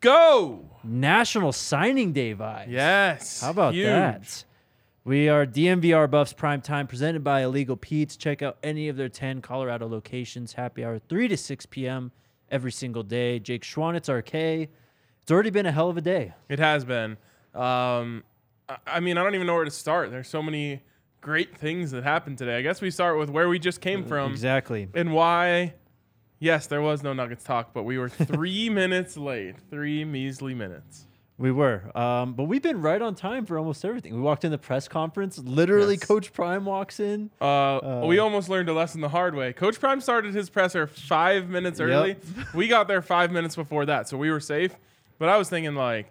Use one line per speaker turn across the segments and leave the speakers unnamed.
go.
National Signing Day vibes.
Yes.
How about
Huge.
that? We are DMVR Buffs Prime Time, presented by Illegal Pete's. Check out any of their 10 Colorado locations. Happy hour 3 to 6 p.m. every single day. Jake Schwanitz, RK. It's already been a hell of a day.
It has been. Um, I- I mean, I don't even know where to start. There's so many great things that happened today. I guess we start with where we just came
Mm,
from
Exactly.
and why. Yes, there was no Nuggets talk, but we were three minutes late. Three measly minutes.
We were. Um, but we've been right on time for almost everything. We walked in the press conference. Literally,
Yes.
Coach Prime walks in.
Uh, we almost learned a lesson the hard way. Coach Prime started his presser five minutes early. we got there five minutes before that, so we were safe. But I was thinking, like,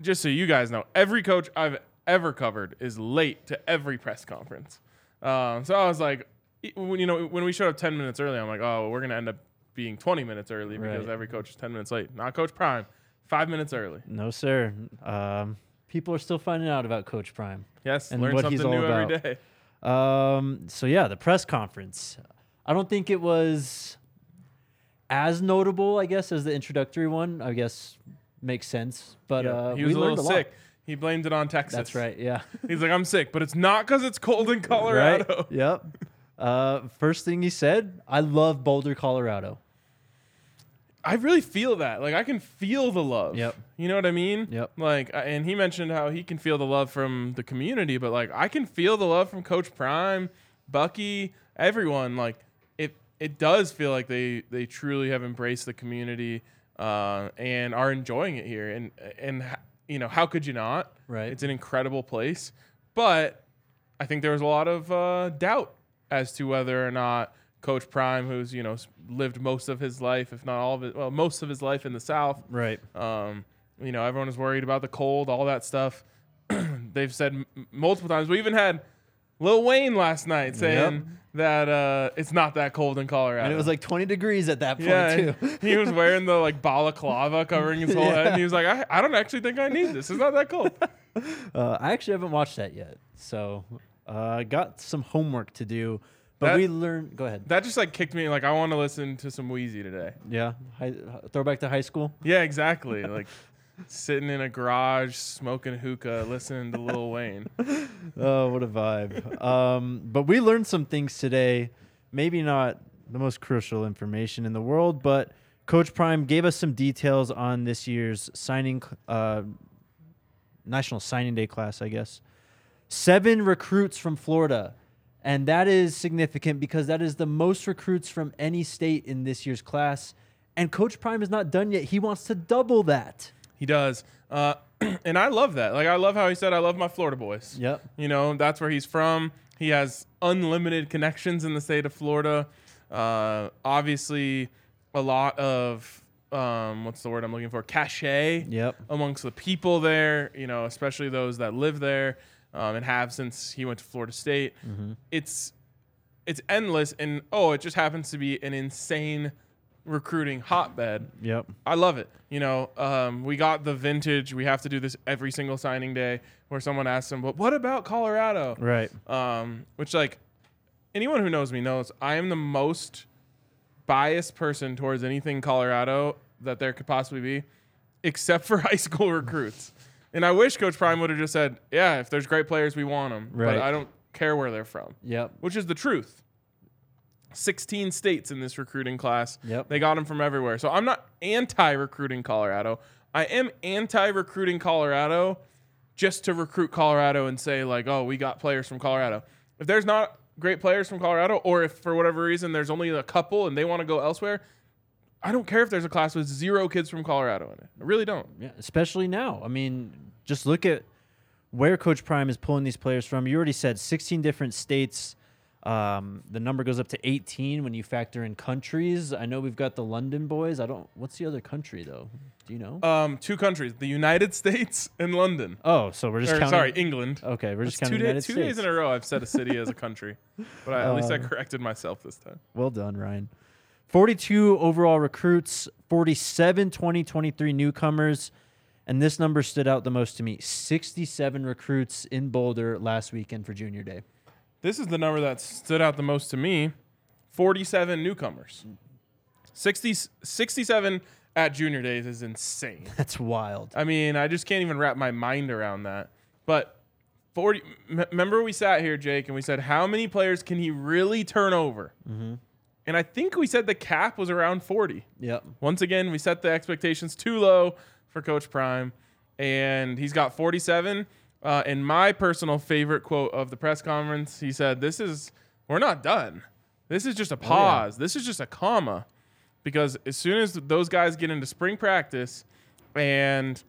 just so you guys know, every coach I've ever covered is late to every press conference. Um, so I was like, e- when, you know, when we showed up 10 minutes early, I'm like, oh, well, we're going to end up being 20 minutes early because
Right.
every coach is 10 minutes late. Not Coach Prime, five minutes early.
No, sir. Um, people are still finding out about Coach Prime.
Yes,
And
learn
what he's
something new
all
every
about.
day.
Um, so yeah, the press conference. I don't think it was as notable, I guess, as the introductory one. I guess makes sense. But
Yeah,
uh,
he was
we
a
learned
little
lot.
sick. He blamed it on Texas.
That's right. Yeah.
He's like, I'm sick, but it's not because it's cold in
right.
Colorado.
Yep. Uh, first thing he said, "I love Boulder, Colorado."
I really feel that. Like, I can feel the love.
Yep.
You know what I mean?
Yep.
Like, I- and he mentioned how he can feel the love from the community, but like, I can feel the love from Coach Prime, Bucky, everyone. Like, it it does feel like they they truly have embraced the community uh, and are enjoying it here. And and h- you know, how could you not?
Right.
It's an incredible place, but I think there was a lot of uh, doubt as to whether or not Coach Prime, who's you know s- lived most of his life, if not all of it, well, most of his life in the South,
Right.
um, you know, everyone was worried about the cold, all that stuff. They've said m- multiple times. We even had Lil Wayne last night saying that uh, it's not that cold in Colorado.
And it was like 20 degrees at that point
yeah,
too.
he was wearing the like balaclava covering his whole head, and
Yeah.
he was like, I, I don't actually think I need this. It's not that cold.
Uh, I actually haven't watched that yet, so uh, got some homework to do. But
That-
we learned. Go ahead.
that just like kicked me. Like I want to listen to some Wheezy today.
yeah. Hi, uh, throwback to high school.
Yeah, exactly. like sitting in a garage smoking hookah, listening to Lil Wayne.
Oh, what a vibe. um, but we learned some things today. Maybe not the most crucial information in the world, but Coach Prime gave us some details on this year's signing, uh, National Signing Day class, I guess. Seven recruits from Florida. And that is significant because that is the most recruits from any state in this year's class. And Coach Prime is not done yet. He wants to double that.
He does. Uh, and I love that. Like, I love how he said, I love my Florida boys.
Yep.
You know, that's where he's from. He has unlimited connections in the state of Florida. Uh, obviously, a lot of, um, what's the word I'm looking for? Cachet
Yep.
amongst the people there, you know, especially those that live there um, and have since he went to Florida State.
Mm-hmm.
It's, it's endless. And oh, it just happens to be an insane recruiting hotbed.
Yep.
I love it. You know, um, we got the vintage. We have to do this every single signing day where someone asks them, but what about Colorado?
Right.
Um, which, like, anyone who knows me knows I am the most biased person towards anything Colorado that there could possibly be, except for high school recruits. And I wish Coach Prime would have just said, yeah, if there's great players, we want them.
Right.
But I don't care where they're from,
Yep.
which is the truth. 16 states in this recruiting class.
Yep.
They got him from everywhere. So I'm not anti recruiting Colorado. I am anti recruiting Colorado just to recruit Colorado and say, like, oh, we got players from Colorado. If there's not great players from Colorado, or if for whatever reason there's only a couple and they want to go elsewhere, I don't care if there's a class with zero kids from Colorado in it. I really don't.
Yeah, especially now. I mean, just look at where Coach Prime is pulling these players from. You already said 16 different states. Um, the number goes up to 18 when you factor in countries. I know we've got the London boys. I don't. What's the other country though? Do you know?
Um, two countries, the United States and London.
oh, so we're just
Or,
counting.
sorry, England.
Okay, we're just
That's
counting
two,
United
two
States. Uh,
days in a row I've said a city as a country, but I, at least I corrected myself this time.
Well done, Ryan. 42 overall recruits, 47 2023 newcomers. And this number stood out the most to me 67 recruits in Boulder last weekend for junior day.
This is the number that stood out the most to me 47 newcomers. 60, 67 at junior days is insane.
That's wild.
I mean, I just can't even wrap my mind around that. But 40, m- remember we sat here, Jake, and we said, how many players can he really turn over?
Mm-hmm.
And I think we said the cap was around 40.
Yep.
Once again, we set the expectations too low for Coach Prime, and he's got 47. Uh, and my personal favorite quote of the press conference, he said, "This is we're not done. This is just a pause. This is just a comma, because as soon as those guys get into spring practice, and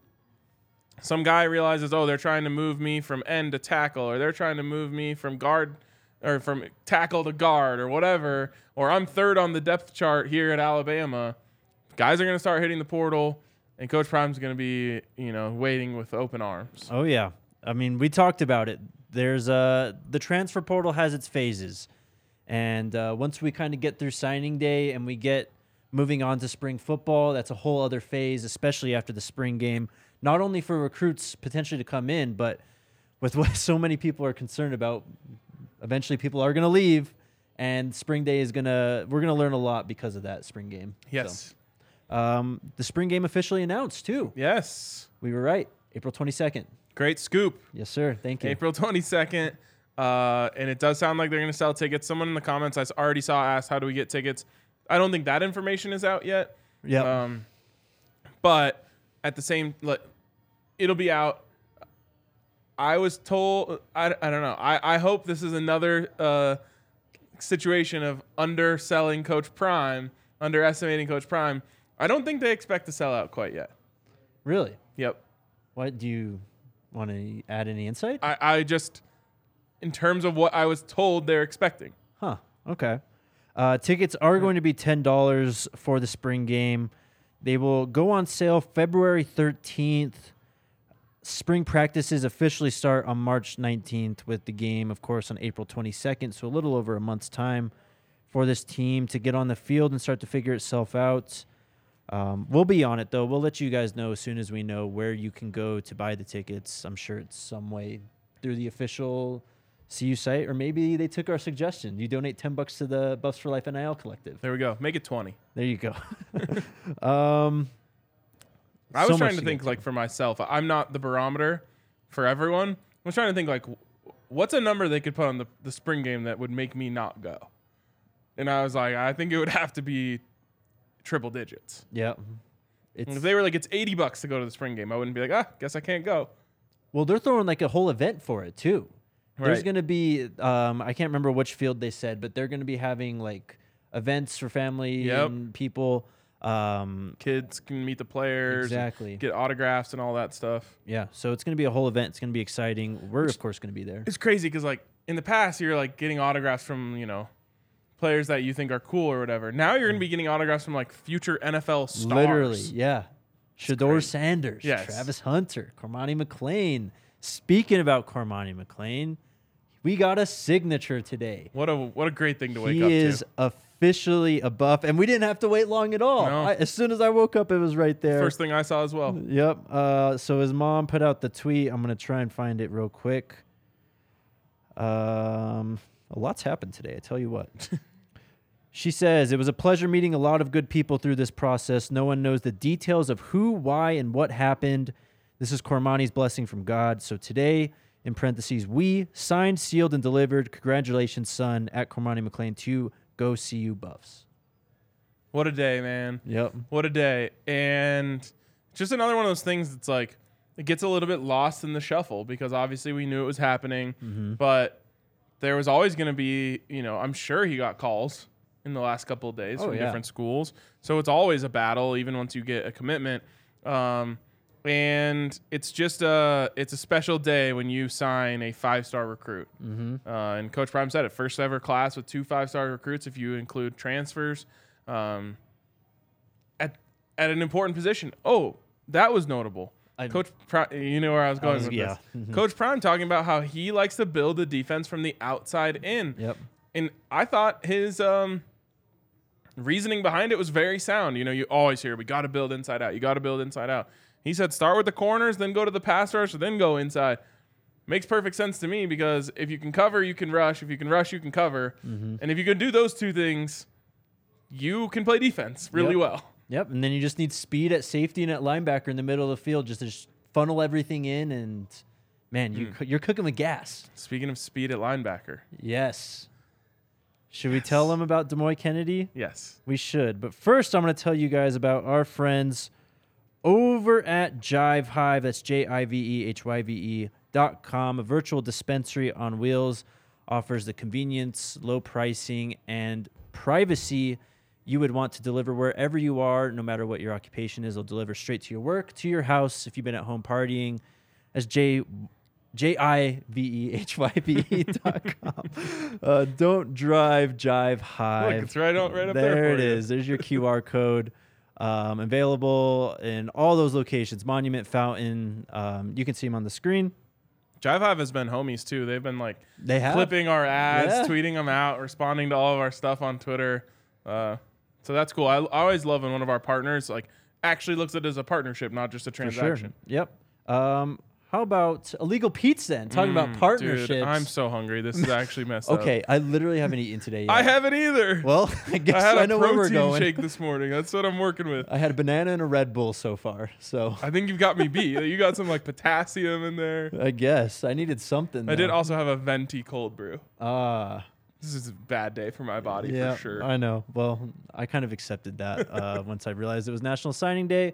some guy realizes, oh, they're trying to move me from end to tackle, or they're trying to move me from guard or from tackle to guard or whatever, or I'm third on the depth chart here at Alabama, guys are going to start hitting the portal, and Coach Prime's going to be, you know, waiting with open arms.
Oh, yeah. I mean, we talked about it. There's uh, the transfer portal has its phases. And uh, once we kind of get through signing day and we get moving on to spring football, that's a whole other phase, especially after the spring game, not only for recruits potentially to come in, but with what so many people are concerned about, eventually people are going to leave. And spring day is going to, we're going to learn a lot because of that spring game.
Yes.
So, um, the spring game officially announced, too.
Yes.
We were right. April 22nd.
Great scoop.
Yes, sir. Thank you.
April 22nd. Uh, and it does sound like they're going to sell tickets. Someone in the comments I s- already saw asked, how do we get tickets? I don't think that information is out yet.
Yep.
Um, but at the same, like, it'll be out. I was told, I, I don't know. I, I hope this is another uh, situation of underselling Coach Prime, underestimating Coach Prime. I don't think they expect to sell out quite yet.
Really?
Yep.
What do you want to add any insight?
I, I just, in terms of what I was told they're expecting.
Huh. Okay. Uh, tickets are going to be ten dollars for the spring game. They will go on sale February thirteenth. Spring practices officially start on March nineteenth, with the game, of course, on April twenty second. So a little over a month's time for this team to get on the field and start to figure itself out. Um, we'll be on it though. We'll let you guys know as soon as we know where you can go to buy the tickets. I'm sure it's some way through the official CU site, or maybe they took our suggestion. You donate 10 bucks to the Buffs for Life NIL Collective.
There we go. Make it 20.
There you go. um,
I was
So much
trying
to
to
get
think like for myself. I'm not the barometer for everyone. I was trying to think like, w- what's a number they could put on the, the spring game that would make me not go? And I was like, I think it would have to be triple digits.
yeah.
And
It's,
if they were like, it's 80 bucks to go to the spring game, I wouldn't be like, ah, guess I can't go.
well, they're throwing like a whole event for it too. There's
Right.
going to be, um, I can't remember which field they said, but they're going to be having like events for family
Yep.
and people. Um,
Kids can meet the players, and
Exactly.
get autographs and all that stuff.
yeah. So it's going to be a whole event. It's going to be exciting. We're, of course, going to be there.
it's crazy because like in the past you're like getting autographs from you know players that you think are cool or whatever now you're gonna be getting autographs from like future nfl stars
Literally, yeah. Shador Sanders,
Yes.
Travis Hunter, Cormani McLean. Speaking about Cormani McLean, we got a signature today.
what a what a great thing to wake
He
up
is
to
officially a buff, and we didn't have to wait long at all.
No.
I, as soon as I woke up, it was right there.
first thing i saw as well
Yep. Uh, so his mom put out the tweet. I'm gonna try and find it real quick. Um, a lot's happened today. I tell you what. she says it was a pleasure meeting a lot of good people through this process. No one knows the details of who, why, and what happened. This is Cormani's blessing from God. So today, in parentheses, we signed, sealed, and delivered. Congratulations, son, at Cormani McLean to Go see you Buffs.
What a day, man.
Yep.
What a day. And just another one of those things that's like, it gets a little bit lost in the shuffle because obviously we knew it was happening,
Mm-hmm.
but there was always going to be, you know, I'm sure he got calls in the last couple of days
Oh,
from
yeah.
different schools. So it's always a battle, even once you get a commitment. Um, and it's just a it's a special day when you sign a five star recruit.
Mm-hmm.
Uh, and Coach Prime said it first ever class with two five star recruits if you include transfers. Um, at at an important position. Oh, that was notable.
I-
Coach, Pri- you know where I was going
was-
with
yeah. Mm-hmm.
this. Coach Prime talking about how he likes to build the defense from the outside in.
Yep.
And I thought his um, reasoning behind it was very sound. You know, you always hear we got to build inside out. You got to build inside out. He said start with the corners, then go to the pass rush, then go inside. Makes perfect sense to me because if you can cover, you can rush. If you can rush, you can cover.
Mm-hmm.
And if you can do those two things, you can play defense really
Yep.
well.
Yep. And then you just need speed at safety and at linebacker in the middle of the field just to just funnel everything in. And man, you, coo- you're cooking with gas.
Speaking of speed at linebacker,
Yes. Should we tell them about Demoy Kennedy?
yes.
We should. But first, I'm going to tell you guys about our friends over at Jive Hive. That's J I V E H Y V E dot com. A virtual dispensary on wheels offers the convenience, low pricing, and privacy you would want to deliver wherever you are, no matter what your occupation is. They'll deliver straight to your work, to your house, if you've been at home partying. That's J J I V E H Y V E dot com. Uh, don't drive, jive high.
it's right out- right up there
There it
for you.
is. There's your QR code. Um, available in all those locations Monument, Fountain. Um, you can see them on the screen.
Jive Hive has been homies too. They've been like
They have.
clipping our ads,
Yeah.
tweeting them out, responding to all of our stuff on Twitter. Uh, so that's cool. I, I always love when one of our partners like actually looks at it as a partnership, not just a
For sure.
transaction.
Yep. Um, how about Illegal Pete's then? Talking about partnerships.
Hmm, Mm, Dude, I'm so hungry. This is actually messed up.
okay, I literally haven't eaten today yet.
I haven't either.
Well, I guess
I
I,
had a
know where
protein
we're going.
shake this morning. That's what I'm working with.
I had a banana and a Red Bull so far. So
I think you've got me beat. You got some like potassium in there.
I guess I needed something.
I did
though.
also have a venti cold brew.
Ah.
This is a bad day for my body
yeah,
for sure.
I know. Well, I kind of accepted that uh, once I realized it was National Signing Day.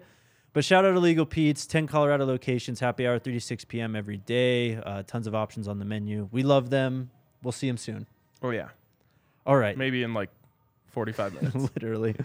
But shout out to Legal Pete's, 10 Colorado locations, happy hour, 3 to 6 p.m. every day. Uh, tons of options on the menu. We love them. We'll see them soon.
oh yeah.
All right.
Maybe in like 45 minutes.
literally.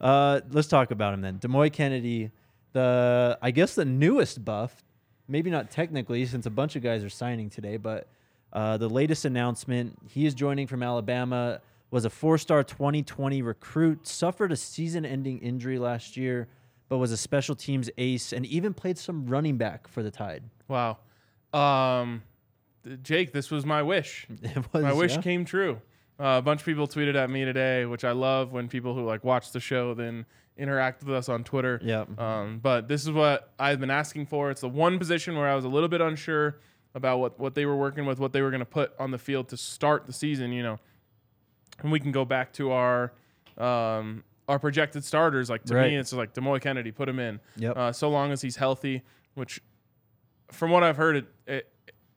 Uh, let's talk about him then. Demoy Kennedy, the I guess the newest buff, maybe not technically since a bunch of guys are signing today, but uh, the latest announcement: he is joining from Alabama. Was a four-star 2020 recruit. Suffered a season-ending injury last year, but was a special teams ace and even played some running back for the Tide.
Wow. Um, th- Jake, this was my wish.
It was,
My wish
yeah.
came true. Uh, a bunch of people tweeted at me today, which I love when people who like watch the show then interact with us on Twitter.
Yep.
Um, but this is what I've been asking for. It's the one position where I was a little bit unsure about what, what they were working with, what they were going to put on the field to start the season, you know. And we can go back to our um, our projected starters. Like to
Right.
me, it's like Demoy Kennedy, put him in.
Yep.
Uh, so long as he's healthy, which from what I've heard, it it,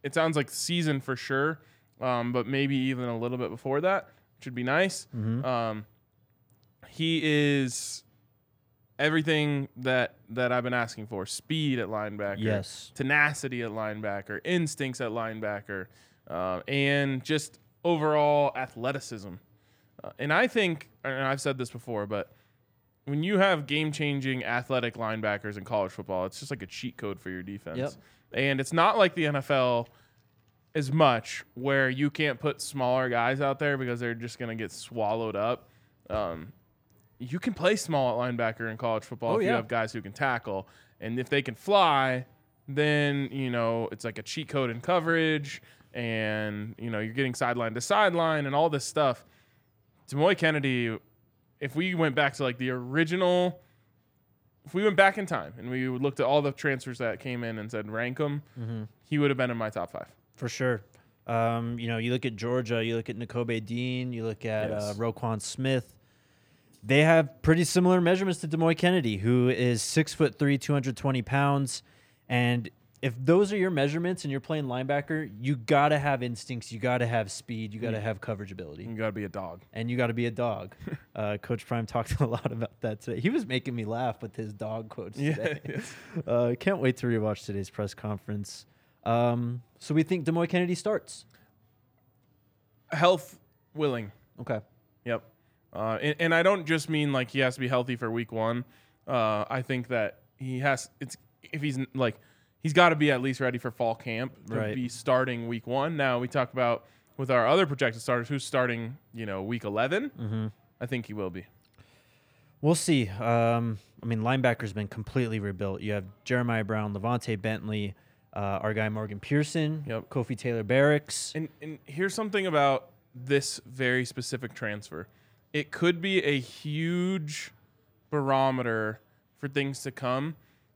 it sounds like season for sure, um, but maybe even a little bit before that, which would be nice.
Mm-hmm.
Um, he is everything that that I've been asking for: speed at linebacker,
Yes.
tenacity at linebacker, instincts at linebacker, uh, and just overall athleticism. Uh, and I think, and I've said this before, but when you have game changing athletic linebackers in college football, it's just like a cheat code for your defense.
Yep.
And it's not like the NFL as much where you can't put smaller guys out there because they're just going to get swallowed up. Um, you can play small at linebacker in college football
Oh,
if you
yeah.
have guys who can tackle. And if they can fly, then, you know, it's like a cheat code in coverage and, you know, you're getting sideline to sideline and all this stuff. Demoy Kennedy, if we went back to like the original, if we went back in time and we looked at all the transfers that came in and said rank them, he would have been in my top five.
For sure. Um, you know, you look at Georgia, you look at Nicobe Dean, you look at uh,
Yes.
Roquan Smith. They have pretty similar measurements to Demoy Kennedy, who is six foot three, two hundred twenty pounds, and if those are your measurements and you're playing linebacker, you gotta have instincts, you gotta have speed, you gotta have coverage ability,
You gotta be a dog.
and you gotta be a dog. uh, Coach Prime talked a lot about that today. He was making me laugh with his dog quotes today. Uh, can't wait to rewatch today's press conference. Um, so we think Demoy Kennedy starts.
Health willing.
Okay.
Yep. Uh, and, and I don't just mean like he has to be healthy for week one. Uh, I think that he has. It's if he's n- like he's got to be at least ready for fall camp to
Right.
be starting week one. Now we talk about with our other projected starters who's starting. You know, week 11 I think he will be.
We'll see. Um, I mean, linebacker's been completely rebuilt. You have Jeremiah Brown, Levante Bentley, uh, our guy Morgan Pearson,
Yep.
Kofi Taylor Barracks.
And, and here's something about this very specific transfer it could be a huge barometer for things to come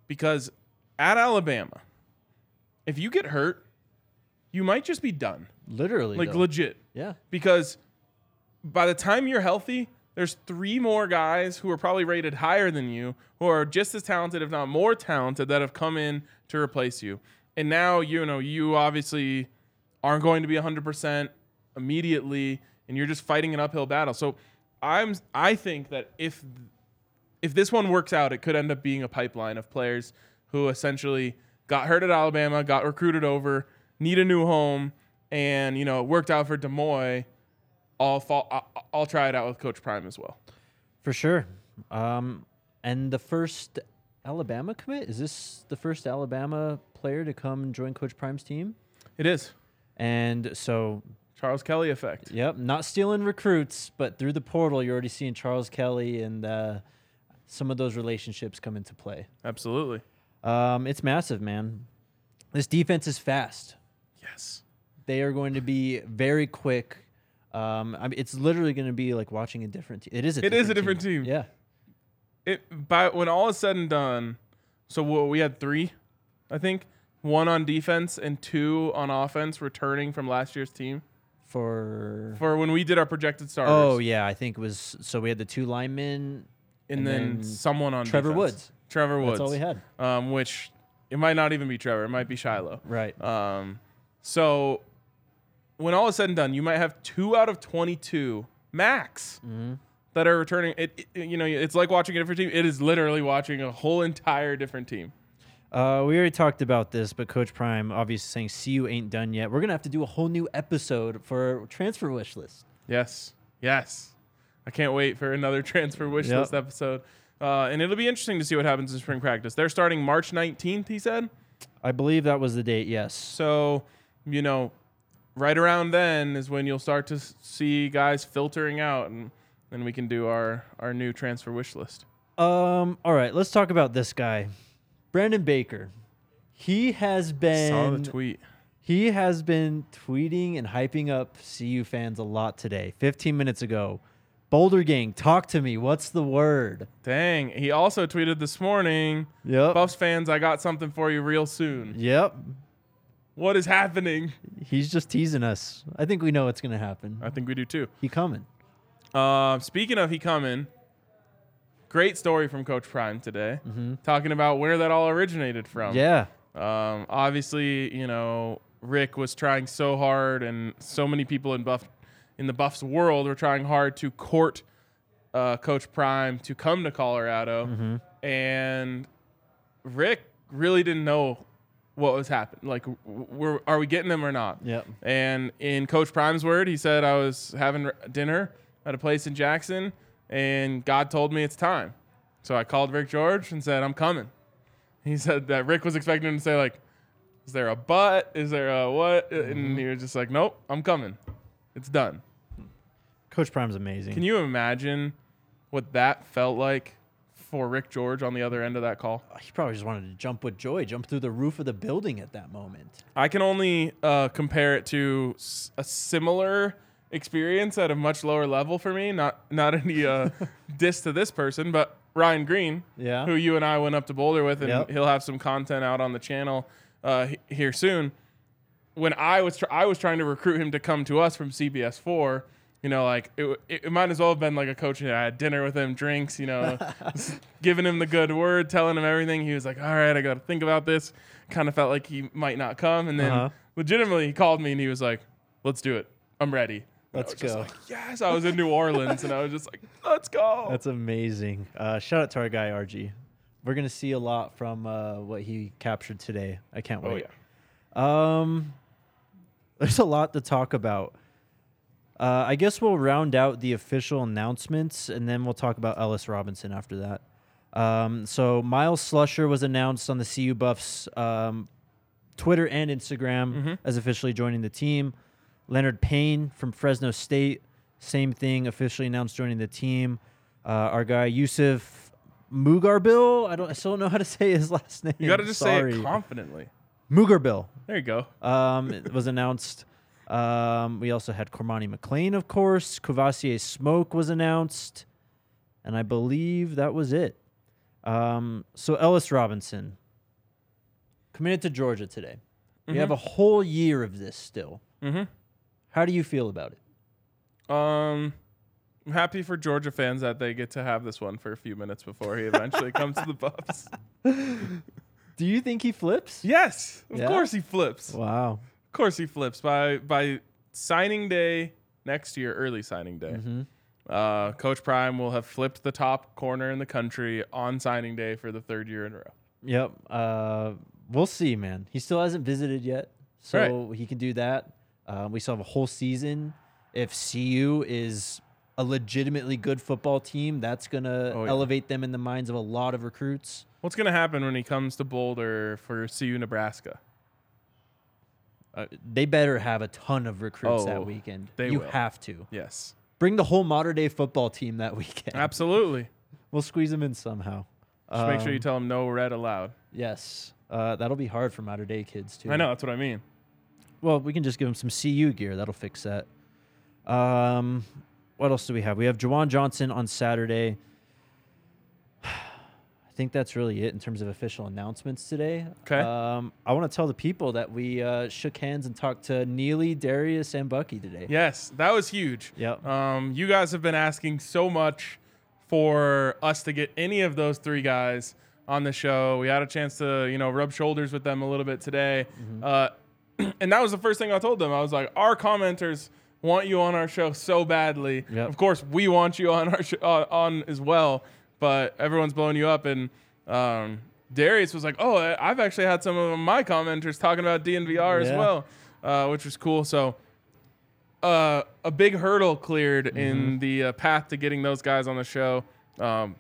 because at Alabama, if you get hurt, you might just be done.
Literally,
Like,
though.
legit.
yeah,
Because by the time you're healthy, there's three more guys who are probably rated higher than you, who are just as talented, if not more talented, that have come in to replace you. And now, you know, you obviously aren't going to be 100% immediately, and you're just fighting an uphill battle. So I'm, I think that if if this one works out, it could end up being a pipeline of players who essentially got hurt at Alabama, got recruited over, need a new home, and you know it worked out for Des Moines. I'll fall. I'll, I'll try it out with Coach Prime as well.
for sure. Um, and the first Alabama commit is this the first Alabama player to come join Coach Prime's team?
It is
And so,
Charles Kelly effect.
yep, not stealing recruits, but through the portal, you're already seeing Charles Kelly and uh, some of those relationships come into play.
Absolutely.
Um, it's massive, man. This defense is fast.
Yes.
They are going to be very quick. Um, I mean, it's literally going to be like watching a different. Te- it is. A
It is a different team.
Yeah.
It by when all is said and done. So what, we had three, I think, one on defense and two on offense, returning from last year's team
For.
for when we did our projected starters.
Oh yeah, I think it was. So we had the two linemen.
and,
And
then,
then
someone on
Trevor
defense.
Woods.
Trevor Woods.
That's all we had.
Um, which it might not even be Trevor. It might be Shiloh.
Right.
Um, so when all is said and done, you might have two out of twenty-two max
Mm-hmm.
that are returning. It, it- you know it's like watching a different team. It is literally watching a whole entire different team.
Uh, we already talked about this, but Coach Prime obviously saying "CU ain't done yet." We're gonna have to do a whole new episode for transfer wish list.
Yes. Yes. I can't wait for another transfer wish
Yep.
list episode. Uh, and it'll be interesting to see what happens in spring practice. They're starting March 19th, he said.
I believe that was the date. Yes.
So, you know, right around then is when you'll start to s- see guys filtering out, and then we can do our our new transfer wish list.
Um. All right. Let's talk about this guy, Brandon Baker. He has been.
Saw the tweet.
He has been tweeting and hyping up CU fans a lot today. 15 minutes ago, Boulder Gang, talk to me. What's the word?
Dang. He also tweeted this morning.
Yep.
Buffs fans, I got something for you real soon.
Yep.
What is happening?
He's just teasing us. I think we know what's going to happen.
I think we do too.
He coming.
Uh, speaking of he coming, great story from Coach Prime today, talking about where that all originated from.
Yeah.
Um, obviously, you know, Rick was trying so hard, and so many people in Buff, in the Buffs world, were trying hard to court uh, Coach Prime to come to Colorado, and Rick really didn't know what was happening. Like, w- w- we're, are we getting him or not?
Yep.
And in Coach Prime's word, he said, I was having r- dinner at a place in Jackson, and God told me it's time. So I called Rick George and said, I'm coming. He said that Rick was expecting him to say, like, is there a but? Is there a what? And he was just like, nope, I'm coming. It's done.
Coach Prime's amazing.
Can you imagine what that felt like for Rick George on the other end of that call?
he probably just wanted to jump with joy, jump through the roof of the building at that moment.
I can only uh, compare it to s- a similar experience at a much lower level for me. Not not any uh, diss to this person, but Ryan Green,
Yeah.
who you and I went up to Boulder with, and
Yep.
he'll have some content out on the channel uh, he- here soon. When I was tr- I was trying to recruit him to come to us from CBS four, You know, like it, w- it, it might as well have been like a coach. You know, I had dinner with him, drinks. You know, s- giving him the good word, telling him everything. He was like, "All right, I got to think about this." Kind of felt like he might not come, and then
Uh-huh.
legitimately he called me and he was like, "Let's do it. I'm ready." And I
Let's
was just
go.
like, yes, I was in New Orleans, and I was just like, "Let's go."
That's amazing. Uh, shout out to our guy RG. We're gonna see a lot from uh, what he captured today. I can't
oh
wait.
yeah.
Um, there's a lot to talk about. Uh, I guess we'll round out the official announcements, and then we'll talk about Ellis Robinson after that. Um, so Miles Slusher was announced on the CU Buffs um, Twitter and Instagram
Mm-hmm.
as officially joining the team. Leonard Payne from Fresno State, same thing, officially announced joining the team. Uh, our guy Yusuf Mugarbil, I don't, I still don't know how to say his last name.
You got to just say
Sorry.
it confidently.
Mugarbil
There you go.
um, it was announced. Um, we also had Cormani McLean, of course. Cuvassier Smoke was announced. And I believe that was it. Um, so Ellis Robinson committed to Georgia today. We have a whole year of this still.
Mhm.
How do you feel about it?
Um, I'm happy for Georgia fans that they get to have this one for a few minutes before he eventually comes to the Buffs.
Do you think he flips?
Yes, of
Yeah?
course he flips.
Wow.
Of course he flips by by signing day next year, early signing day. Uh, Coach Prime will have flipped the top corner in the country on signing day for the third year in a row.
Yep. Uh, we'll see, man. He still hasn't visited yet, so he can do that. Um, we still have a whole season. If CU is a legitimately good football team, that's gonna
Oh, yeah.
elevate them in the minds of a lot of recruits.
What's gonna happen when he comes to Boulder for CU Nebraska?
Uh, they better have a ton of recruits
Oh,
that weekend.
they
you
will.
have to
Yes,
bring the whole modern day football team that weekend.
absolutely.
We'll squeeze them in somehow.
Just make sure you
Um,
tell him no red allowed.
yes, uh, that'll be hard for modern day kids too.
I know that's what I mean.
Well, we can just give him some CU gear. That'll fix that. Um, what else do we have? We have Jawan Johnson on Saturday. I think that's really it in terms of official announcements today.
'Kay.
Um, I want to tell the people that we uh, shook hands and talked to Neely, Darius, and Bucky today.
Yes, that was huge.
Yep.
Um, you guys have been asking so much for us to get any of those three guys on the show. We had a chance to, you know, rub shoulders with them a little bit today.
Mm-hmm.
Uh, and that was the first thing I told them. I was like, our commenters want you on our show so badly.
Yep.
Of course, we want you on our sh- uh, on as well, but everyone's blowing you up. And um, Darius was like, "Oh, I- I've actually had some of my commenters talking about DNVR as
Yeah.
well, uh, which was cool." So. Uh, a big hurdle cleared
Mm-hmm.
in the uh, path to getting those guys on the show. Um,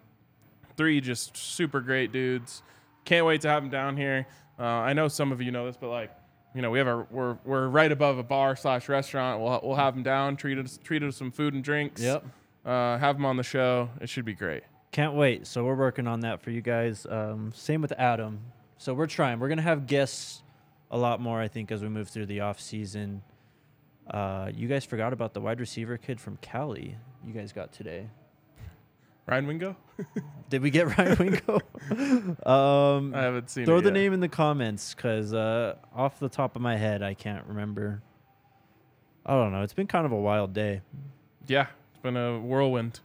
three just super great dudes. Can't wait to have them down here. Uh, I know some of you know this, but like, you know, we have our we're we're right above a bar slash restaurant. We'll we'll have them down, treat us treat us some food and drinks.
Yep.
Uh, have them on the show. It should be great.
Can't wait. So we're working on that for you guys. Um, same with Adam. So we're trying. We're gonna have guests a lot more, I think, as we move through the off season. Uh, you guys forgot about the wide receiver kid from Cali. You guys got today.
Ryan Wingo.
Did we get Ryan Wingo? um,
I haven't seen.
throw
it
the
yet.
name in the comments because uh, off the top of my head, I can't remember. I don't know. It's been kind of a wild day.
Yeah, it's been a whirlwind.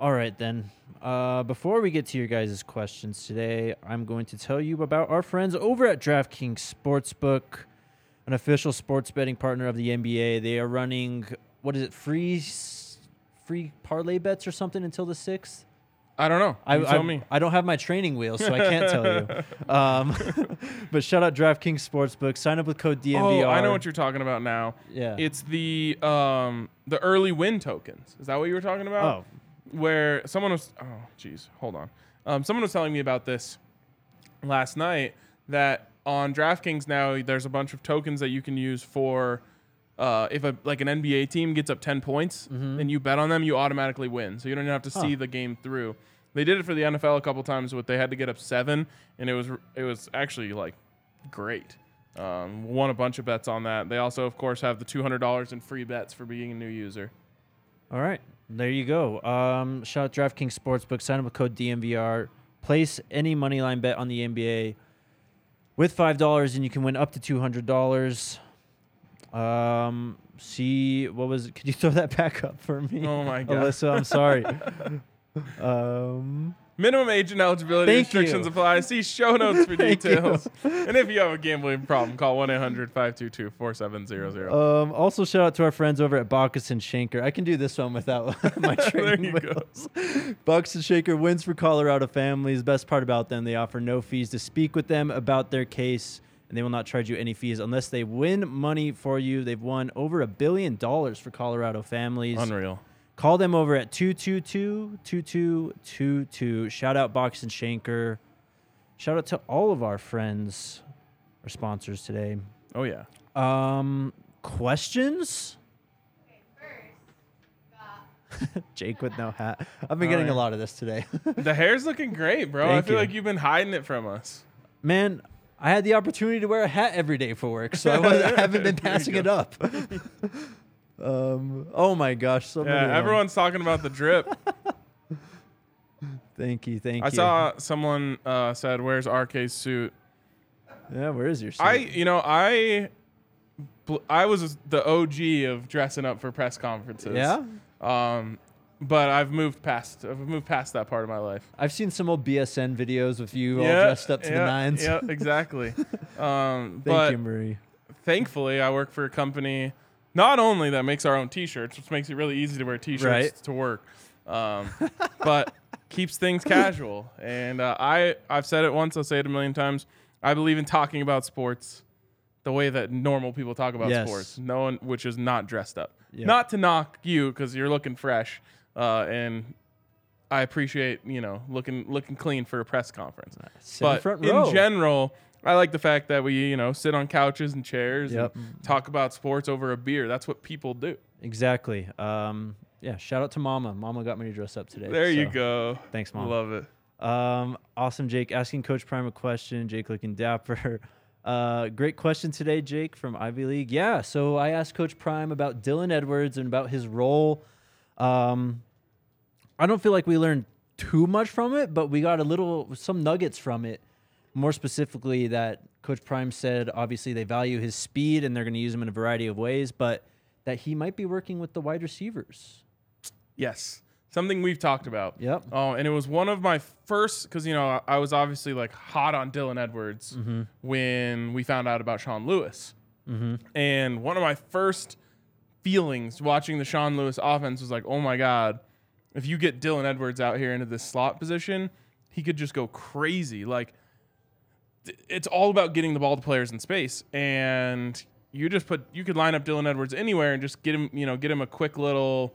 All right, then. Uh, before we get to your guys' questions today, I'm going to tell you about our friends over at DraftKings Sportsbook, an official sports betting partner of the NBA. They are running, what is it, free s- free parlay bets or something until the 6th?
I don't know.
I,
You tell
I,
me.
I don't have my training wheels, so I can't tell you. Um, but shout out DraftKings Sportsbook. Sign up with code DMVR.
Oh, I know what you're talking about now.
Yeah.
It's the um the early win tokens. Is that what you were talking about?
Oh,
where someone was oh jeez hold on um, someone was telling me about this last night that on DraftKings now there's a bunch of tokens that you can use for uh, if a like an NBA team gets up 10 points and you bet on them you automatically win so you don't even have to see the game through they did it for the NFL a couple times but they had to get up 7 and it was it was actually like great um, won a bunch of bets on that they also of course have the $200 in free bets for being a new user
All right. There you go. Um, shout out DraftKings Sportsbook. Sign up with code DMVR. Place any money line bet on the NBA with $5, and you can win up to $200. Um, see what was it? Could you throw that back up for me?
Oh my God.
Alyssa, I'm sorry. um,
Minimum age and eligibility
Thank
restrictions
you.
apply. See show notes for
Thank you.
details. And if you have a gambling problem, call 1 800 522 4700.
um, also, shout out to our friends over at Bacchus and Shanker. I can do this one without my training
you go.
wheels. Bucks and Shaker wins for Colorado families. Best part about them, they offer no fees to speak with them about their case, and they will not charge you any fees unless they win money for you. They've won over a billion dollars for Colorado families.
Unreal.
Call them over at 222-2222. Shout out Box and Shanker. Shout out to all of our friends or sponsors today.
Oh, yeah.
Um, questions? Jake with no hat. I've been
All
getting a
right.
lot of this today.
The hair's looking great, bro. I
Thank
feel
you.
like you've been hiding it from us.
Man, I had the opportunity to wear a hat every day for work, so I, was, I haven't been passing it up. um, oh my gosh. So many of
Yeah,
them.
everyone's talking about the drip.
Thank you. Thank
I
you.
saw someone uh, said, "Where's RK's suit?"
Yeah, where is your suit?
I, you know, I, bl- I was the OG of dressing up for press conferences.
Yeah.
Um, but I've moved past. I've moved past that part of my life.
I've seen some old BSN videos with you all
Yeah,
dressed up to the
yeah,
nines.
Yeah, exactly. um,
Thank
but
you, Marie.
thankfully, I work for a company not only that makes our own T-shirts, which makes it really easy to wear T-shirts
Right.
to work, um, but keeps things casual. And uh, I I've said it once, I'll say it a million times. I believe in talking about sports the way that normal people talk about
Yes.
sports, no one which is not dressed up.
Yeah.
Not to knock you because you're looking fresh, uh, and I appreciate you know looking looking clean for a press conference
Sit in
but
front
in
row.
general, I like the fact that we, you know, sit on couches and chairs
Yep.
and talk about sports over a beer. That's what people do.
exactly. Um, yeah, shout out to Mama. Mama got me to dress up today.
There you
so-
go.
Thanks, Mom.
Love it.
Um, awesome, Jake. Asking Coach Prime a question. Jake looking dapper. Uh, great question today, Jake from Ivy League. Yeah, so I asked Coach Prime about Dylan Edwards and about his role. Um, I don't feel like we learned too much from it, but we got a little some nuggets from it. More specifically, that Coach Prime said obviously they value his speed and they're going to use him in a variety of ways, but that he might be working with the wide receivers.
Yes. Something we've talked about.
Yep.
Oh, and it was one of my first because you know I- I was obviously like hot on Dylan Edwards when we found out about Sean Lewis, and one of my first feelings watching the Sean Lewis offense was like, oh my god, if you get Dylan Edwards out here into this slot position, he could just go crazy. Like it's all about getting the ball to players in space and you just put you could line up Dylan Edwards anywhere and just get him you know get him a quick little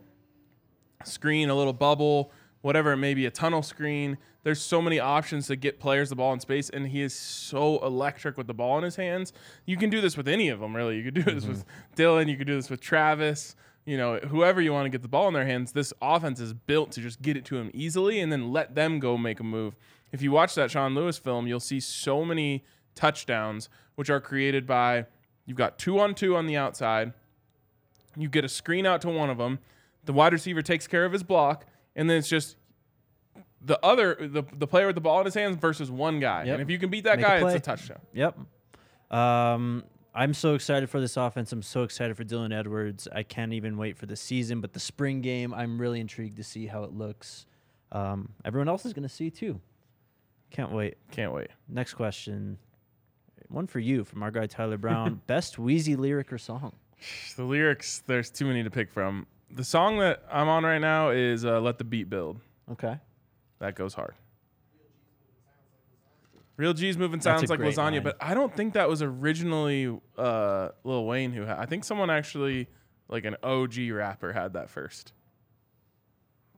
screen a little bubble whatever it may be a tunnel screen there's so many options to get players the ball in space and he is so electric with the ball in his hands you can do this with any of them really you could do this with Dylan you could do this with Travis you know whoever you want to get the ball in their hands this offense is built to just get it to him easily and then let them go make a move if you watch that Sean Lewis film, you'll see so many touchdowns, which are created by you've got two on two on the outside. You get a screen out to one of them. The wide receiver takes care of his block, and then it's just the other the, the player with the ball in his hands versus one guy.
Yep.
And if you can beat that
Make a
guy, it's
play.
a touchdown.
Yep. Um, I'm so excited for this offense. I'm so excited for Dylan Edwards. I can't even wait for the season, but the spring game, I'm really intrigued to see how it looks. Um, everyone else is going to see too. Can't wait.
Can't wait.
Next question. One for you from our guy Tyler Brown. Best Wheezy lyric or song?
The lyrics, there's too many to pick from. The song that I'm on right now is uh, "Let the Beat Build."
Okay.
That goes hard. Real G's moving
That's
sounds
a
like
great
lasagna,
line.
but I don't think that was originally uh, Lil Wayne who had. I think someone actually, like an OG rapper, had that first.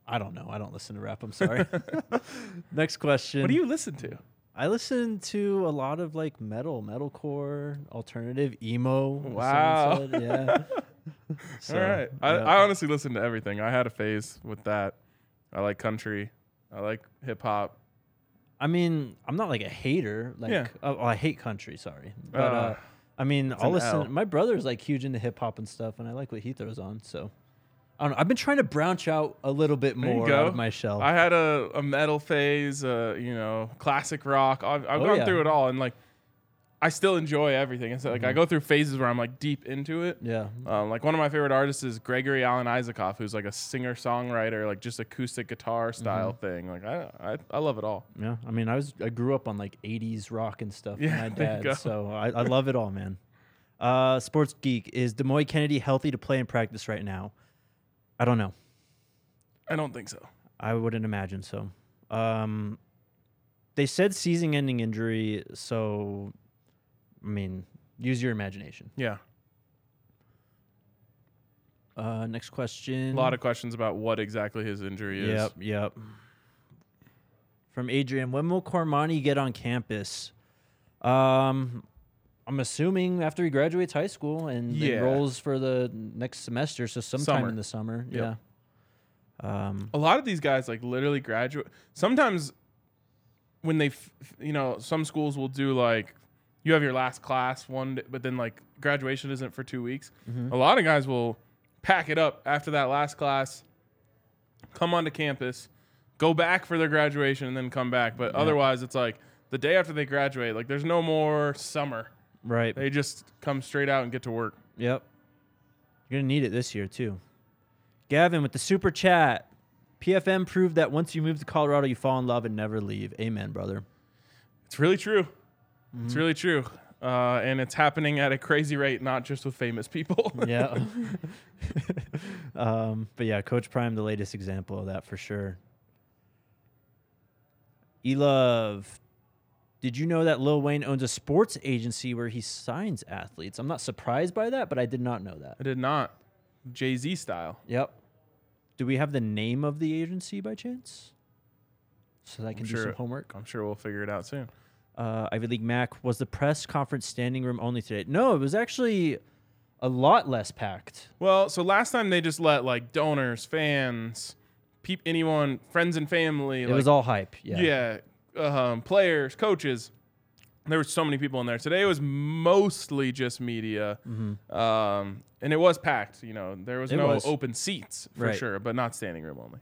I don't know. I don't listen to rap. I'm sorry. Next question.
What do you listen to?
I listen to a lot of like metal, metalcore, alternative, emo. as someone
Wow.
said. Yeah. So,
All right, I,
yeah.
I honestly listen to everything. I had a phase with that. I like country. I like hip hop.
I mean, I'm not like a hater. Like,
Yeah.
oh, oh, I hate country. Sorry, but uh,
Uh,
I mean, I'll
an
listen.
L.
My brother's like huge into hip hop and stuff, and I like what he throws on. So, I don't know. I've been trying to branch out a little bit
There you
more out of
go.
my shell.
I had a, a metal phase. Uh, you know, classic rock. I've, I've
Oh,
gone
yeah.
through it all, and like, I still enjoy everything. It's like I go through phases where I'm like deep into it.
Mm-hmm. Yeah.
Um, like one of my favorite artists is Gregory Alan Isaacoff, who's like a singer songwriter, like just acoustic guitar
Mm-hmm.
style thing. Like I, I, I love it all.
Yeah. I mean, I was I grew up on like 80s rock and stuff
Yeah,
with my
there you go.
dad, so I, I love it all, man. Uh, Sports Geek is Demoy Kennedy healthy to play and practice right now? I don't know.
I don't think so.
I wouldn't imagine so. Um, they said season-ending injury, so I mean, use your imagination.
Yeah,
Uh, next question.
a lot of questions about what exactly his injury is.
Yep, yep. From Adrian, when will Cormani get on campus? Um, I'm assuming after he graduates high school and
Yeah.
enrolls for the next semester, so sometime
Summer.
in the summer.
Yep.
Yeah. Um,
A lot of these guys like literally graduate. Sometimes when they, f- f- you know, some schools will do like you have your last class one, day, but then like graduation isn't for two weeks. A lot of guys will pack it up after that last class, come onto campus, go back for their graduation, and then come back. But otherwise, it's like the day after they graduate. Like there's no more summer.
right.
They just come straight out and get to work.
Yep. You're going to need it this year, too. Gavin with the super chat. PFM proved that once you move to Colorado, you fall in love and never leave. Amen, brother.
It's really true. It's
Mm-hmm.
really true. Uh, and it's happening at a crazy rate, not just with famous people.
yeah. um, but yeah, Coach Prime, the latest example of that for sure. Elove, did you know that Lil Wayne owns a sports agency where he signs athletes? I'm not surprised by that, but I did not know that.
I did not. Jay Z style.
Yep. Do we have the name of the agency by chance? So that I can do some
sure-
homework.
I'm sure we'll figure it out soon.
uh, Ivy League Mac was the press conference standing room only today. No, it was actually a lot less packed.
Well, so last time they just let like donors, fans, peep, anyone, friends and family.
it
like,
was all hype. Yeah.
yeah, um, players, coaches. There were so many people in there. Today was mostly just media, um, and it was packed. You know, there was
Mm-hmm. It
no
was.
open seats for
Right.
sure, but not standing room only.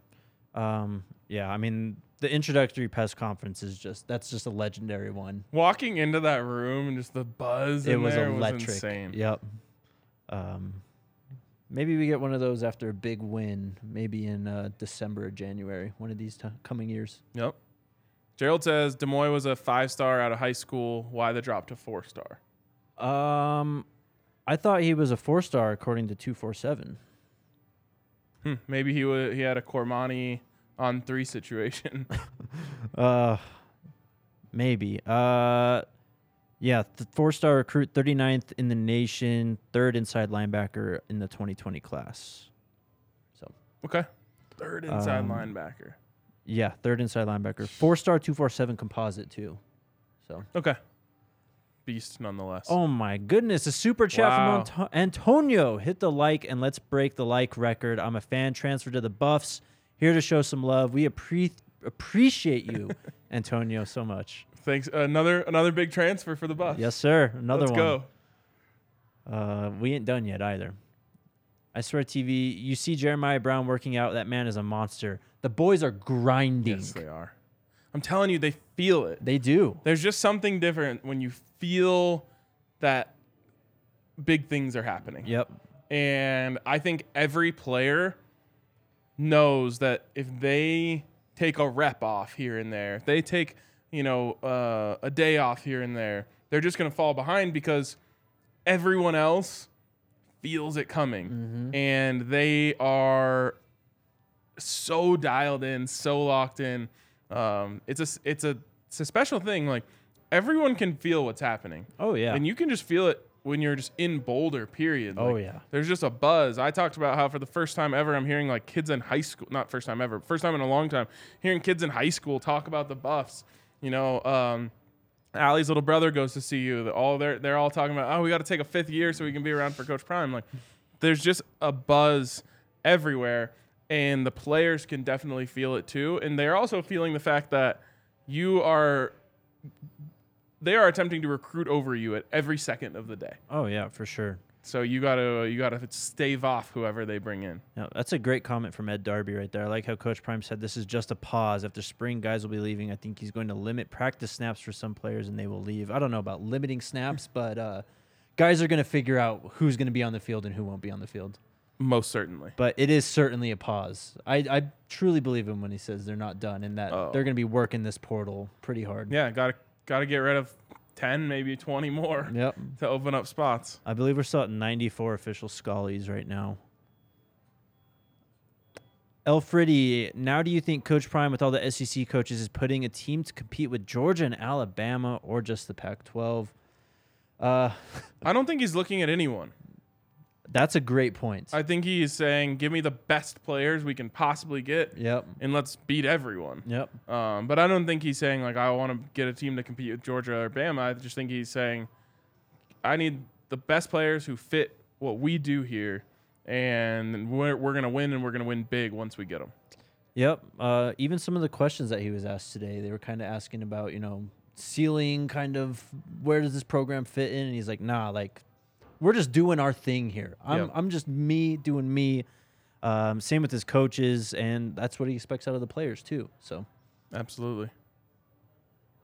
Um, yeah, I mean the introductory press conference is just that's just a legendary one.
Walking into that room and just the buzz
it
in
was
there
electric.
was insane.
Yep. Um, maybe we get one of those after a big win, maybe in uh, December or January, one of these t- coming years.
Yep. Gerald says Des Moines was a five star out of high school. Why the drop to four star?
Um, I thought he was a four star according to two four seven.
Hmm, maybe he wa he had a Cormani on three situation.
Uh, maybe. Uh, yeah, th- four star recruit, 39th in the nation, third inside linebacker in the 2020 class. So.
okay. Third inside
Um,
linebacker.
Yeah, third inside linebacker. Four star, two four seven composite too. So.
Okay. Beast nonetheless.
Oh my goodness! A super chat
Wow.
from Anto- Antonio. Hit the like and let's break the like record. I'm a fan. Transfer to the Buffs. Here to show some love. We appre- appreciate you, Antonio, so much.
Thanks. Another another big transfer for the bus.
Yes, sir. Another
Let's
one.
go.
Uh, we ain't done yet either. I swear, TV. You see Jeremiah Brown working out. That man is a monster. The boys are grinding.
Yes, they are. I'm telling you, they feel it.
They do.
There's just something different when you feel that big things are happening.
Yep.
And I think every player knows that if they take a rep off here and there, if they take, you know, uh, a day off here and there, they're just going to fall behind because everyone else feels it coming.
Mm-hmm.
And they are so dialed in, so locked in. Um, it's a s- it's a it's a special thing. Like everyone can feel what's happening.
Oh yeah.
And you can just feel it when you're just in Boulder, period.
Oh,
Like,
yeah.
There's just a buzz. I talked about how for the first time ever, I'm hearing like kids in high school, not first time ever, first time in a long time, hearing kids in high school talk about the buffs. You know, um, Allie's little brother goes to see you. They're All they're, they're all talking about, oh, we got to take a fifth year so we can be around for Coach Prime. Like, there's just a buzz everywhere. And the players can definitely feel it too. And they're also feeling the fact that you are they are attempting to recruit over you at every second of the day.
oh yeah, for sure.
So you gotta you gotta stave off whoever they bring in.
No, that's a great comment from Ed Darby right there. I like how Coach Prime said this is just a pause. After spring, guys will be leaving. I think he's going to limit practice snaps for some players and they will leave. I don't know about limiting snaps, but uh, guys are going to figure out who's going to be on the field and who won't be on the field.
Most certainly.
But it is certainly a pause. I, I truly believe him when he says they're not done and that
Oh.
they're going to be working this portal pretty hard.
Yeah, gotta gotta get rid of ten, maybe twenty more
Yep.
to open up spots.
I believe we're still at 94 official Scullies right now. Elfridy, now do you think Coach Prime, with all the SEC coaches, is putting a team to compete with Georgia and Alabama or just the Pac 12? Uh,
I don't think he's looking at anyone.
that's a great point.
I think he is saying, give me the best players we can possibly get,
yep.
and let's beat everyone.
Yep.
Um, but I don't think he's saying like I want to get a team to compete with Georgia or Bama. I just think he's saying I need the best players who fit what we do here, and we're, we're gonna win and we're gonna win big once we get them.
Yep. Uh, even some of the questions that he was asked today, they were kind of asking about, you know, ceiling, kind of where does this program fit in? And he's like, nah, like we're just doing our thing here. I'm,
Yeah.
I'm just me doing me. Um, same with his coaches, and that's what he expects out of the players too. So,
Absolutely.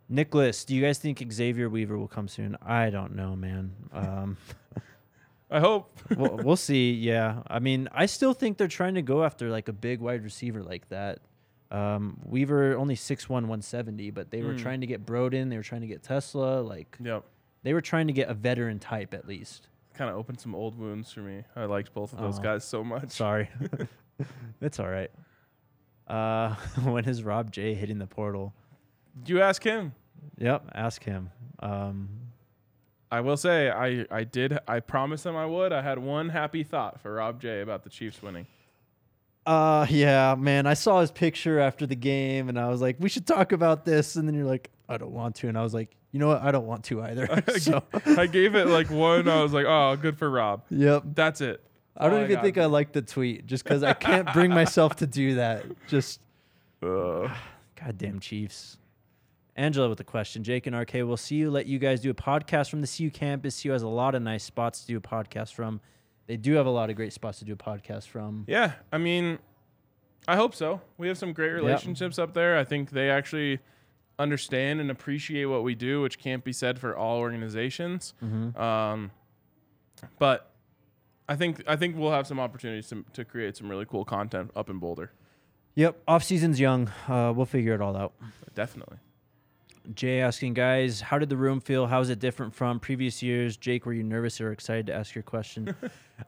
Nicholas, do you guys think Xavier Weaver will come soon? I don't know, man. Um,
I hope.
we'll, we'll see. Yeah, I mean, I still think they're trying to go after like a big wide receiver like that. Um, Weaver only 6'1", 170, but they were trying to get Broden. They were trying to get Tesla. Like
yep.
they were trying to get a veteran type at least.
Kind of opened some old wounds for me. I liked both of those
Aw.
guys so much.
Sorry, it's all right. Uh, when is Rob J hitting the portal?
You ask him.
Yep, ask him. Um,
I will say I I did I promised him I would. I had one happy thought for Rob J about the Chiefs winning.
uh, yeah, man, I saw his picture after the game, and I was like, we should talk about this. And then you're like, I don't want to, and I was like, you know what, I don't want to either. so.
I gave it like one. I was like, oh, good for Rob.
Yep.
That's it.
I don't
All
even
got.
think I like the tweet just because I can't bring myself to do that. Just
Ugh.
goddamn Chiefs. Angela with a question. Jake and RK, will CU let you guys do a podcast from the CU campus? CU has a lot of nice spots to do a podcast from. They do have a lot of great spots to do a podcast from.
Yeah, I mean, I hope so. We have some great relationships up there. I think they actually understand and appreciate what we do, which can't be said for all organizations. Um, but I think I think we'll have some opportunities to, to create some really cool content up in Boulder.
Yep. Off season's young. Uh, we'll figure it all out.
Definitely.
Jay asking, guys, how did the room feel? How is it different from previous years? Jake, were you nervous or excited to ask your question?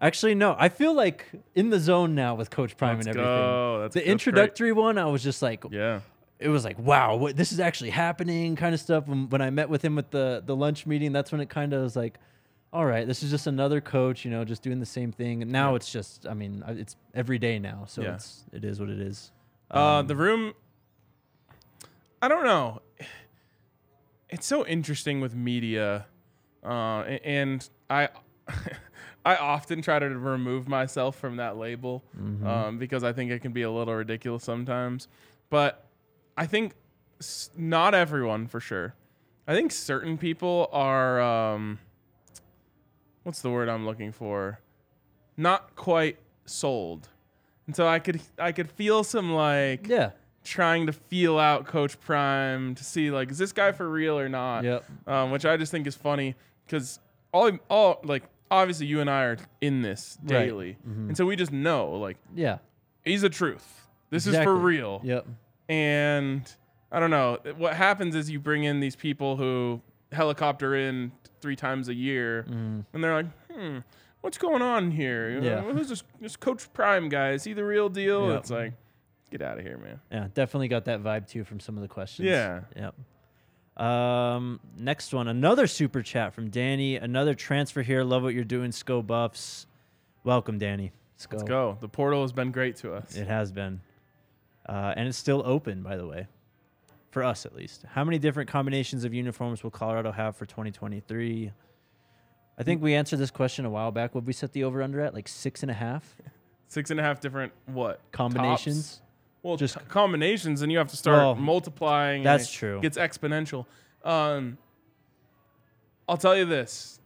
Actually, no. I feel like in the zone now with Coach Prime
Let's
and everything.
go. That's-
the
that's great.
introductory one, I was just like,
Yeah.
it was like, wow, what, this is actually happening, kind of stuff. When, when I met with him at the the lunch meeting, that's when it kind of was like, all right, this is just another coach, you know, just doing the same thing. And now it's just, I mean, I- it's every day now, so
Yeah.
it's it is what it is.
Uh, the room. I don't know. It's so interesting with media, uh, a- and I, I often try to remove myself from that label um, because I think it can be a little ridiculous sometimes. But I think s- not everyone for sure. I think certain people are. Um, what's the word I'm looking for? Not quite sold. And so I could I could feel some like
Yeah,
trying to feel out Coach Prime to see like is this guy for real or not?
Yep.
Um, which I just think is funny because all all like obviously you and I are in this
Right. Mm-hmm.
daily, and so we just know like
yeah,
he's the truth. This is
exactly.
for real
Yep,
and I don't know what happens is you bring in these people who helicopter in three times a year, and they're like, "Hmm, what's going on here? You know,
Mm-hmm. Yeah.
who's this, this Coach Prime guy? Is he the real deal?"
Yeah.
It's like, get out of here, man.
yeah, definitely got that vibe too from some of the questions.
Yeah.
yep. Um, next one, another super chat from Danny. Another transfer here. Love what you're doing, Sco Buffs. Welcome, Danny.
Let's go. The portal has been great to us.
It has been. Uh, and it's still open, by the way, for us at least. How many different combinations of uniforms will Colorado have for 2023? I think we answered this question a while back. What we set the over under at? Like six and a half
Six and a half different what
combinations?
Tops? Well,
Just-
just combinations, and you have to start
Well,
multiplying. and
that's
it
true.
Gets exponential. Um, I'll tell you this: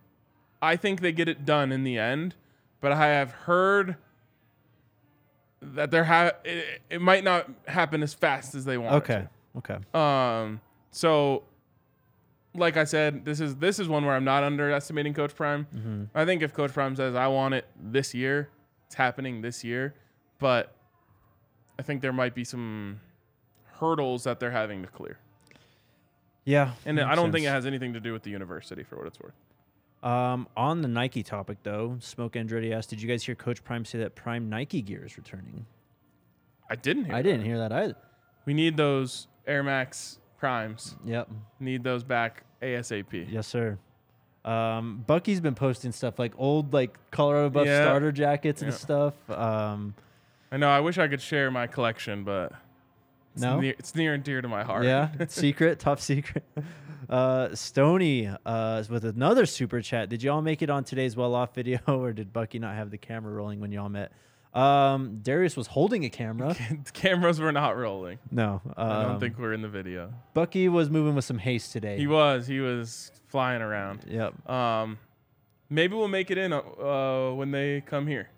I think they get it done in the end, but I have heard that there ha- it, it might not happen as fast as they want. it
Okay. Okay.
to. Um. So, like I said, this is this is one where I'm not underestimating Coach Prime.
Mm-hmm.
I think if Coach Prime says I want it this year, it's happening this year. But I think there might be some hurdles that they're having to clear.
Yeah.
And
makes
I don't think it
sense.
has anything to do with the university for what it's worth.
Um, on the Nike topic, though, Smoke Andretti asked, "Did you guys hear Coach Prime say that Prime Nike gear is returning?"
I didn't hear.
I didn't hear that either.
We need those Air Max Primes.
Yep.
Need those back ASAP.
Yes, sir. Um, Bucky's been posting stuff like old like Colorado Buff
Yeah.
starter jackets and
Yeah.
stuff. Um,
I know. I wish I could share my collection, but it's,
No?
near, it's near and dear to my heart.
yeah, it's secret, top secret. Uh, Stony uh, is with another super chat. Did y'all make it on today's well off video, or did Bucky not have the camera rolling when y'all met? Um, Darius was holding a camera.
Cameras were not rolling.
No, um,
I don't think we're in the video.
Bucky was moving with some haste today.
He was. He was flying around.
Yep.
Um, maybe we'll make it in uh, uh, when they come here.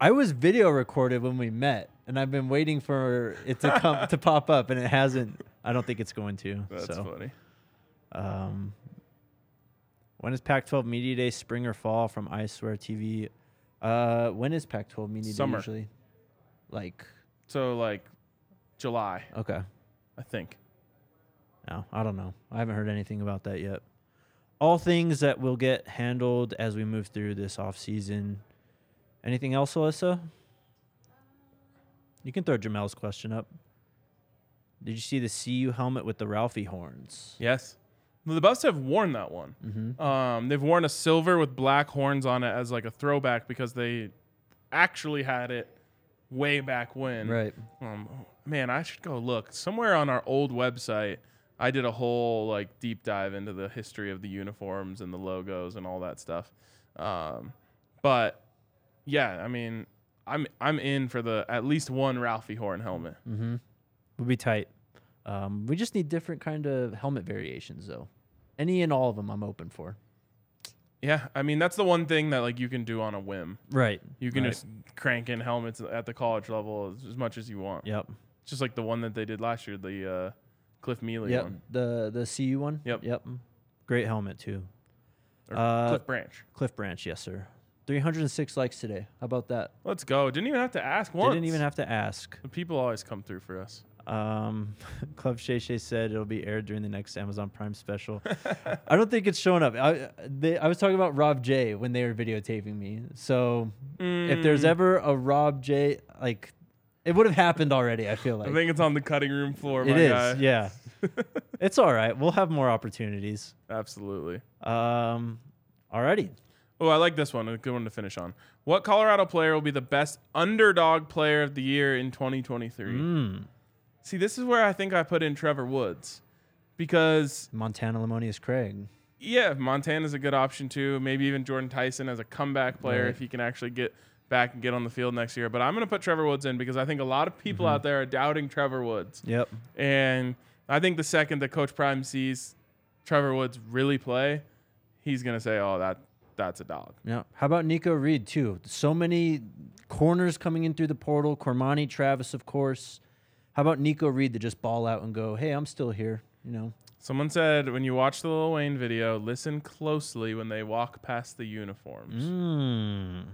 I was video recorded when we met, and I've been waiting for it to come to pop up, and it hasn't. I don't think it's going to.
That's
so,
funny.
um, when is Pac-12 Media Day, spring or fall? From I Swear TV. Uh, when is Pac-12 Media
Summer.
Day usually? Like,
So like July,
okay,
I think.
no, I don't know. I haven't heard anything about that yet. All things that will get handled as we move through this off season. Anything else, Alyssa? You can throw Jamel's question up. Did you see the CU helmet with the Ralphie horns?
Yes. Well, the Buffs have worn that one.
Mm-hmm.
Um, they've worn a silver with black horns on it as like a throwback because they actually had it way back when. Um, man, I should go look somewhere on our old website. I did a whole like deep dive into the history of the uniforms and the logos and all that stuff. Um, but yeah, I mean, I'm I'm in for the at least one Ralphie Horn helmet.
Mm. Would be tight. Um, we just need different kind of helmet variations, though. Any and all of them, I'm open for.
Yeah, I mean that's the one thing that like you can do on a whim.
Right.
You can
Right.
just crank in helmets at the college level as, as much as you want.
Yep.
Just like the one that they did last year, the uh, Cliff Mealy
Yep.
one
The the CU one.
Yep.
Yep. Great helmet too.
or
Uh,
Cliff Branch.
Cliff Branch, yes, sir. 306 likes today. How about that?
Let's go. Didn't even have to ask
They
once.
Didn't even have to ask.
The people always come through for us.
Um, Club Shay Shay said it'll be aired during the next Amazon Prime special. I don't think it's showing up. I, they, I was talking about Rob J when they were videotaping me. So if
Hmm.
there's ever a Rob J, like, it would have happened already, I feel like.
I think it's on the cutting room floor, my
it is,
guy.
yeah. it's all right. We'll have more opportunities.
Absolutely.
Um, alrighty.
Oh, I like this one. A good one to finish on. What Colorado player will be the best underdog player of the year in 2023?
Hmm.
See, this is where I think I put in Trevor Woods because
Montana Lemonious Craig.
yeah, Montana's a good option too. Maybe even Jordan Tyson as a comeback player
Right.
if he can actually get back and get on the field next year. But I'm going to put Trevor Woods in because I think a lot of people
Mm-hmm.
out there are doubting Trevor Woods.
Yep.
And I think the second that Coach Prime sees Trevor Woods really play, he's gonna say, "Oh, that that's a dog."
Yeah. How about Nico Reed too? So many corners coming in through the portal. Cormani Travis, of course. How about Nico Reed to just ball out and go, "Hey, I'm still here." You know.
Someone said when you watch the Lil Wayne video, listen closely when they walk past the uniforms.
Mm.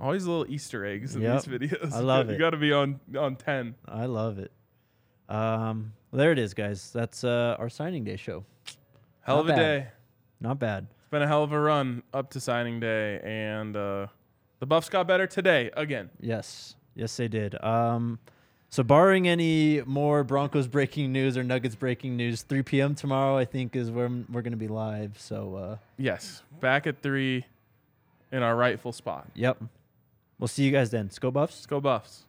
Always little Easter eggs in
Yep.
these videos.
I love
you
it.
got to be on on ten.
I love it. Um, well, there it is, guys. That's uh, our signing day show.
Hell of a
Not bad.
day.
Not bad.
It's been a hell of a run up to signing day, and uh, the Buffs got better today again.
Yes. Yes, they did. Um, so, barring any more Broncos breaking news or Nuggets breaking news, 3 p.m. tomorrow, I think, is when we're going to be live. So, uh,
Yes, back at three, in our rightful spot.
yep. We'll see you guys then. Let's go, Buffs.
Let's go Buffs.